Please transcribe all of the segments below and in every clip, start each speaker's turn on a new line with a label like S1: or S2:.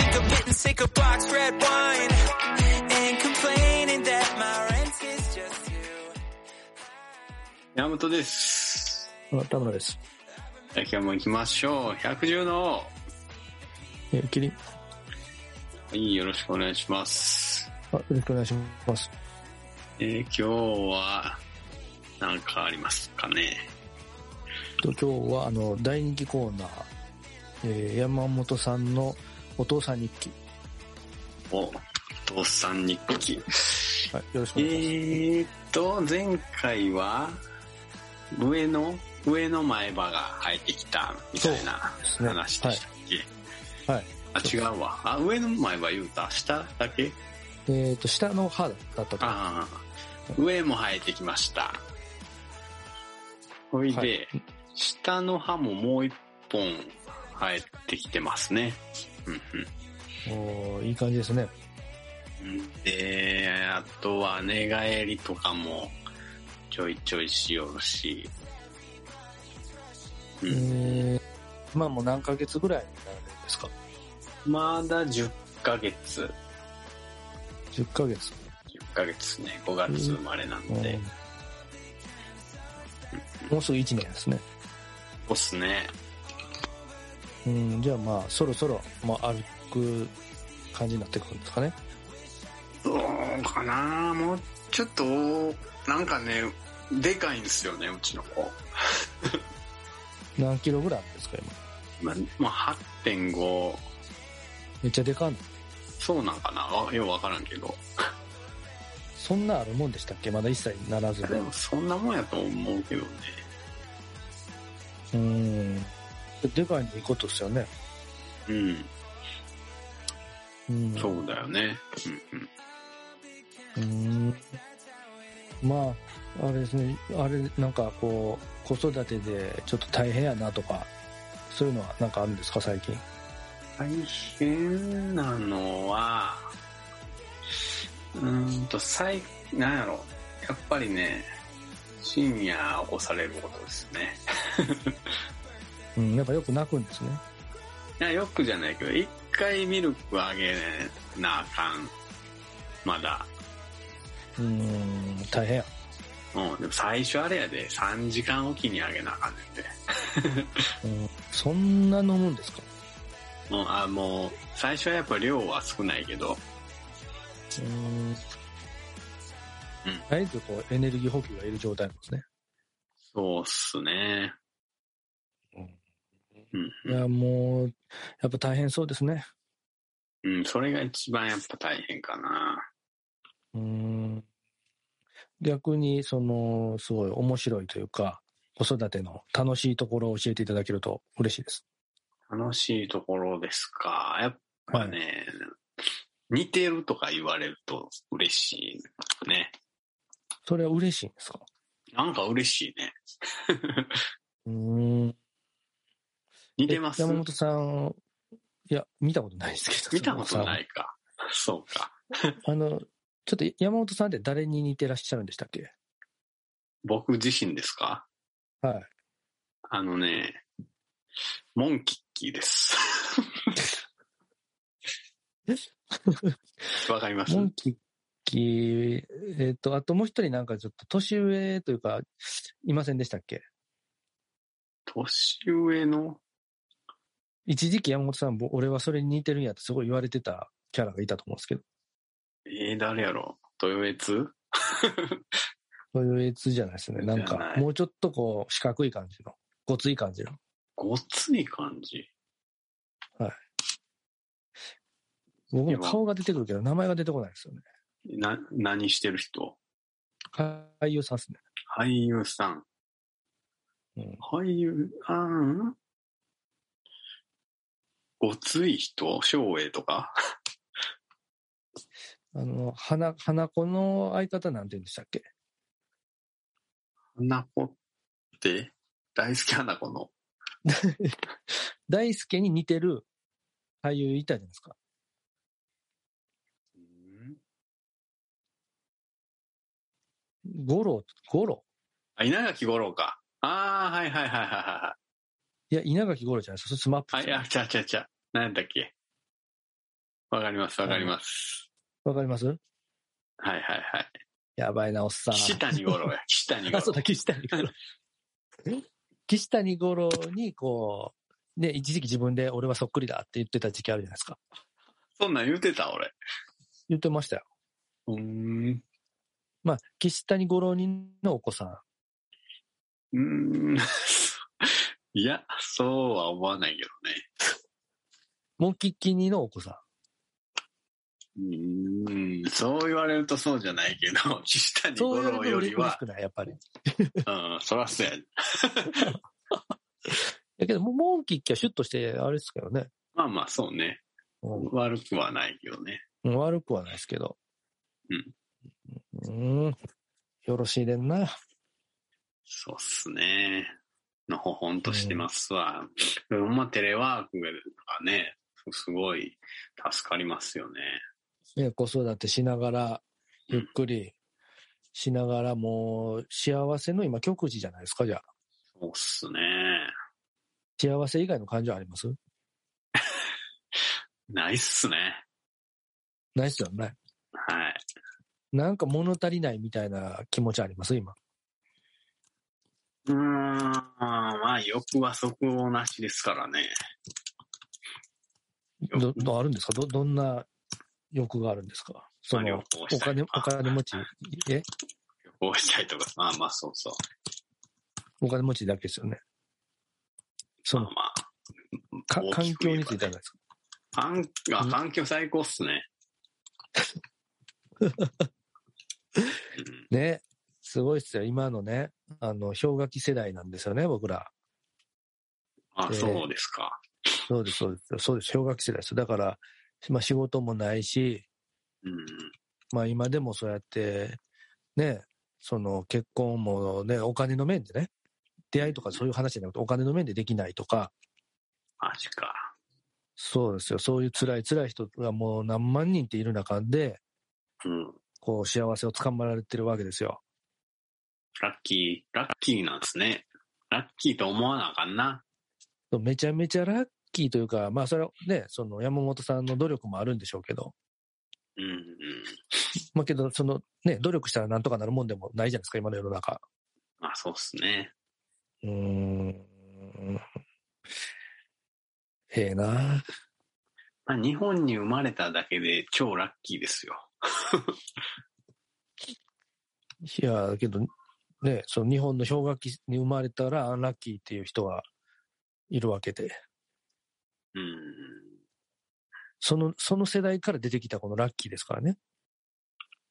S1: Take a box red wine and complaining that my rent is just you.
S2: 山本です。
S3: あ、田村です。
S2: じゃあ今日も行きましょう。110の
S3: え、キリ。
S2: 王。はい、よろしくお願いします。
S3: あ、よろしくお願いします。
S2: えー、今日は、なんかありますかね。
S3: と今日は、あの、大人気コーナー、えー山本さんのお父さん日記。
S2: お、お父さん日記。
S3: はい、よろしく
S2: え
S3: お願いし
S2: ーっと、前回は、上の、上の前歯が生えてきた、みたいな
S3: そうですね
S2: 話でしたっけ、
S3: ます。はい。
S2: あ、違うわ。あ、上の前歯言うた。下だけ
S3: えっ、と、下の歯だったと。は
S2: ああ、上も生えてきました。ほいで、
S3: はい
S2: 下の歯ももう一本生えてきてますね。うん
S3: おーいい感じですね。
S2: うん、で、あとは寝返りとかもちょいちょいしようし。う
S3: え
S2: ん、
S3: ー、まあもう何ヶ月ぐらいになるんですか
S2: まだ10ヶ月。
S3: ?10 ヶ月。
S2: 10ヶ月ですね。5月生まれなん
S3: うん
S2: で。
S3: もうすぐ1年ですね。
S2: そうっすね。
S3: うん、じゃあまあ、そろそろ、まあ、歩く感じになってくるんですかね。
S2: どうかなもうちょっと、なんかね、でかいんですよね、うちの子。
S3: 何キロぐらいあるんですか、今。
S2: まあ、まあ、8.5、
S3: めっちゃでかんの
S2: そうなんかなわようわからんけど。
S3: そんなあるもんでしたっけまだ一切ならず
S2: で
S3: で。
S2: も、そんなもんやと思うけどね。
S3: うん。でかいのいいことですよね。
S2: うん、
S3: うん。
S2: そうだよね。うん、うん。
S3: うん。まあ、あれですね。あれ、なんかこう、子育てでちょっと大変やなとか、そういうのはなんかあるんですか、最近。
S2: 大変なのは、うーんと、最、なんやろ。やっぱりね、深夜起こされることですね。
S3: うん。やっぱよく泣くんですね。
S2: いや、よくじゃないけど、一回ミルクあげなあかん。まだ。
S3: うん。大変や。
S2: うん、でも最初あれやで、3時間おきにあげなあかんねんで。
S3: うん。そんな飲むんですか
S2: もう、あ、もう、最初はやっぱ量は少ないけど、
S3: うん。絶えずこうエネルギー補給がいる状態なんですね。
S2: そうっすね。うん、
S3: いや、もう、やっぱ大変そうですね。
S2: うん、うん、それが一番やっぱ大変かな。
S3: うーん逆に、その、すごい面白いというか、子育ての楽しいところを教えていただけると嬉しいです。
S2: 楽しいところですか。やっぱね、似てるとか言われると嬉しいね。
S3: それは嬉しいんですか
S2: なんか嬉しいね。
S3: うーん。
S2: 似てます
S3: え山本さん、いや、見たことないですけど。。
S2: 見たことないいか。そうか。
S3: あの、ちょっと山本さんって誰に似てらっしゃるんでしたっけ
S2: 僕自身ですか
S3: はい。
S2: あのね、モンキッキーです。 わかります
S3: モンキッキー、えっ、と、あともう一人なんかちょっと年上というか、いませんでしたっけ
S2: 年上の
S3: 一時期山本さん、ぼ俺はそれに似てるんやってすごい言われてたキャラがいたと思うんですけど。
S2: えー、誰やろ豊悦
S3: そういうやつじゃないですね。なん
S2: じゃ
S3: か
S2: な、い
S3: もうちょっとこう、四角い感じの、ごつい感じの。
S2: ごつい感じ。
S3: 僕も顔が出てくるけど、名前が出てこないですよね。
S2: な、何してる人
S3: 俳優さんですね。
S2: 俳優さん。
S3: うん
S2: 俳優、あーんごつい人昭栄とか
S3: あの、花、花子の相方なんて言うんでしたっけ
S2: 花子って大好き花子の。
S3: 大輔に似てる俳優いたじゃないですか。
S2: うん
S3: 五郎、五郎
S2: あ、稲垣吾郎か。ああ、はいはいはいはいはいはい。
S3: いや、稲垣五郎じゃないですか。それスマップ
S2: あ、いや、ちゃうちゃうちゃう。なんだっけ。わかります、わかります。
S3: わかります
S2: はいはいはい。
S3: やばいな、おっさん。
S2: 岸谷五郎や、岸谷五
S3: あ、そう
S2: 郎。
S3: だ、岸谷五郎。 岸谷五郎に、こう、ね、一時期自分で俺はそっくりだって言ってた時期あるじゃないですか。
S2: そんなん言うてた、俺。
S3: 言ってましたよ。
S2: うーん。
S3: まあ、岸谷五郎人のお子さん。
S2: うーん。 いや、そうは思わないけ
S3: モキキニのお子さん。
S2: どね。うーん。そう言われるとそうじゃないけど、 岸谷
S3: そう
S2: 五
S3: いうの
S2: 郎より
S3: 嬉し
S2: は、
S3: くない、やっぱり。
S2: うん、そらそうや。
S3: だけど、もモンキッキはシュッとして、あれですけどね。
S2: まあまあ、そうね。
S3: う
S2: 悪くはないけどね。
S3: ん、悪くはないですけど。
S2: うん
S3: うん。よろしいでんな。
S2: そうっすね。のほほんとしてますわ。でもほんまテレワークがね、すごい助かりますよね。
S3: ね、子育てしながら、ゆっくりしながら、もう、幸せの今、極致じゃないですか、じゃあ。
S2: そうっすね。
S3: 幸せ以外の感情あります
S2: ないっすね。
S3: ないっすよね。
S2: はい。
S3: なんか物足りないみたいな気持ちあります今。
S2: うーん、まあ、欲は即応なしですからね。
S3: ど、どあるんですかど、どんな欲があるんですかそ
S2: まあ
S3: の、
S2: 旅行
S3: お
S2: したり
S3: 金、お
S2: とか
S3: 金持ち、え
S2: 旅行したりとか、まあまあ、そうそう。
S3: お金持ちだけですよね。そ
S2: ま
S3: の
S2: あ、まあ。
S3: か
S2: 大
S3: 環
S2: きく
S3: 境
S2: 言え
S3: に
S2: ば
S3: ついてはないですか
S2: 環あ
S3: うん
S2: 環境最高っす ね。うん
S3: ね。すごいっすよ。今のね、あの、氷河期世代なんですよね、僕ら。
S2: あ、
S3: えー
S2: そうですか。
S3: そうです、そうです。そうです、氷河期世代です。だから、まあ仕事もないし、
S2: うん。
S3: まあ今でもそうやって、ね、その結婚もね、お金の面でね、出会いとかそういう話じゃなくて、お金の面でできないとか、
S2: マジか。
S3: そうですよ、そういう辛い辛い人がもう何万人っている中で、
S2: うん。
S3: こう幸せをつかまられてるわけですよ。
S2: ラッキー、ラッキーなんですね。ラッキーと思わなあかんな。
S3: めちゃめちゃラッキーというか、まあそれはね、その山本さんの努力もあるんでしょうけど、
S2: うん、うん。
S3: まあけど、そのね、努力したらなんとかなるもんでもないじゃないですか、今の世の中。
S2: まあ、そうっすね。
S3: うーん。へえな
S2: まあ、日本に生まれただけで超ラッキーですよ。
S3: いや、だけど、ね、その日本の氷河期に生まれたらアンラッキーっていう人がいるわけで、
S2: うん。
S3: その、その世代から出てきたこのラッキーですからね。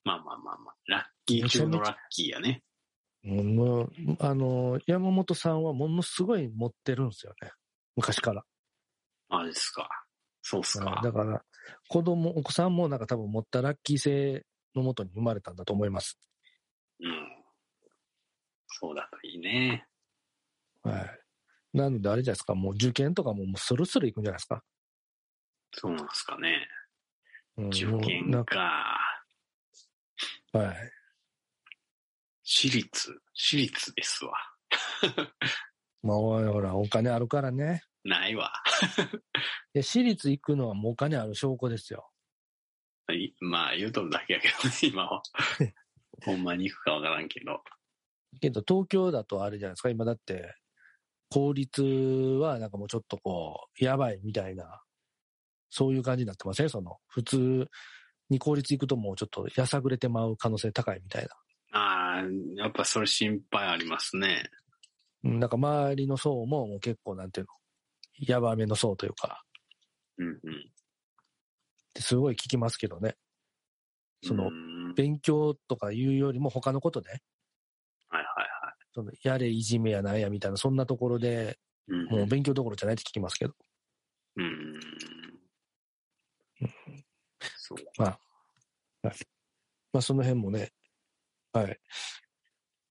S2: まあまあまあまあ。ラッキー中のラッキーやね。
S3: うんもう、あの、山本さんはものすごい持ってるんですよね。昔から。
S2: マジっすか。そうっすか。
S3: だから、子供、お子さんもなんか多分持ったラッキー性のもとに生まれたんだと思います。
S2: うん。そうだといいね。
S3: はい。なのであれじゃないですか、もう受験とかももうスルスルいくんじゃないですか。
S2: そうなんすかね。
S3: うん
S2: 受
S3: もうな
S2: 験
S3: んか
S2: か。
S3: はい。
S2: 私立、私立ですわ。
S3: まあ、おいほら、お金あるからね。
S2: ないわ。
S3: いや、私立行くのはもうお金ある証拠ですよ。
S2: いまあ、言うとるだけやけどね、今は。ほんまに行くかわからんけど。
S3: けど、東京だとあれじゃないですか、今だって、公立はなんかもうちょっとこう、やばいみたいな、そういう感じになってませんその、普通に公立行くともうちょっとやさぐれてまう可能性高いみたいな。
S2: ああ、やっぱそれ心配ありますね。
S3: うん、なんか周りの層ももう結構なんていうの、やばめの層というか、
S2: うんうん。
S3: すごい聞きますけどね。そ
S2: う
S3: の
S2: ーんはい
S3: 勉強とかいうよりも他のことね、
S2: はい
S3: そのやれいじめやなんやみたいな、そんなところで
S2: はい。
S3: も
S2: う
S3: うん勉強どころじゃないって聞きますけど。
S2: うん。うん。そう。
S3: まあ、その辺もね、はい。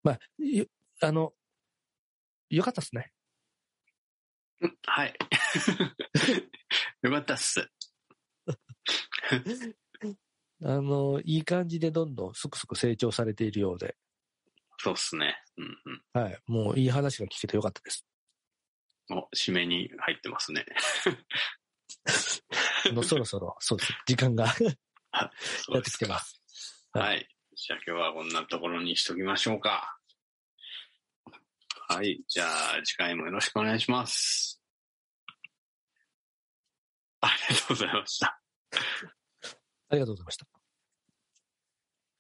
S3: まあ、よあの、よかったっすね。
S2: はい。 よかったっす。
S3: あの、いい感じでどんどんすくすく成長されているようで、
S2: そうっすね。うんうん。
S3: はい。もういい話が聞けてよかったです。
S2: お、締めに入ってますね。
S3: の、そろそろ、そうです。時間が
S2: そう
S3: やっ
S2: で
S3: て
S2: す
S3: き
S2: か
S3: てます。
S2: はい。じゃあ今日はこんなところにしときましょうか。はい。じゃあ次回もよろしくお願いします。ありがとうございました。
S3: ありがとうございました。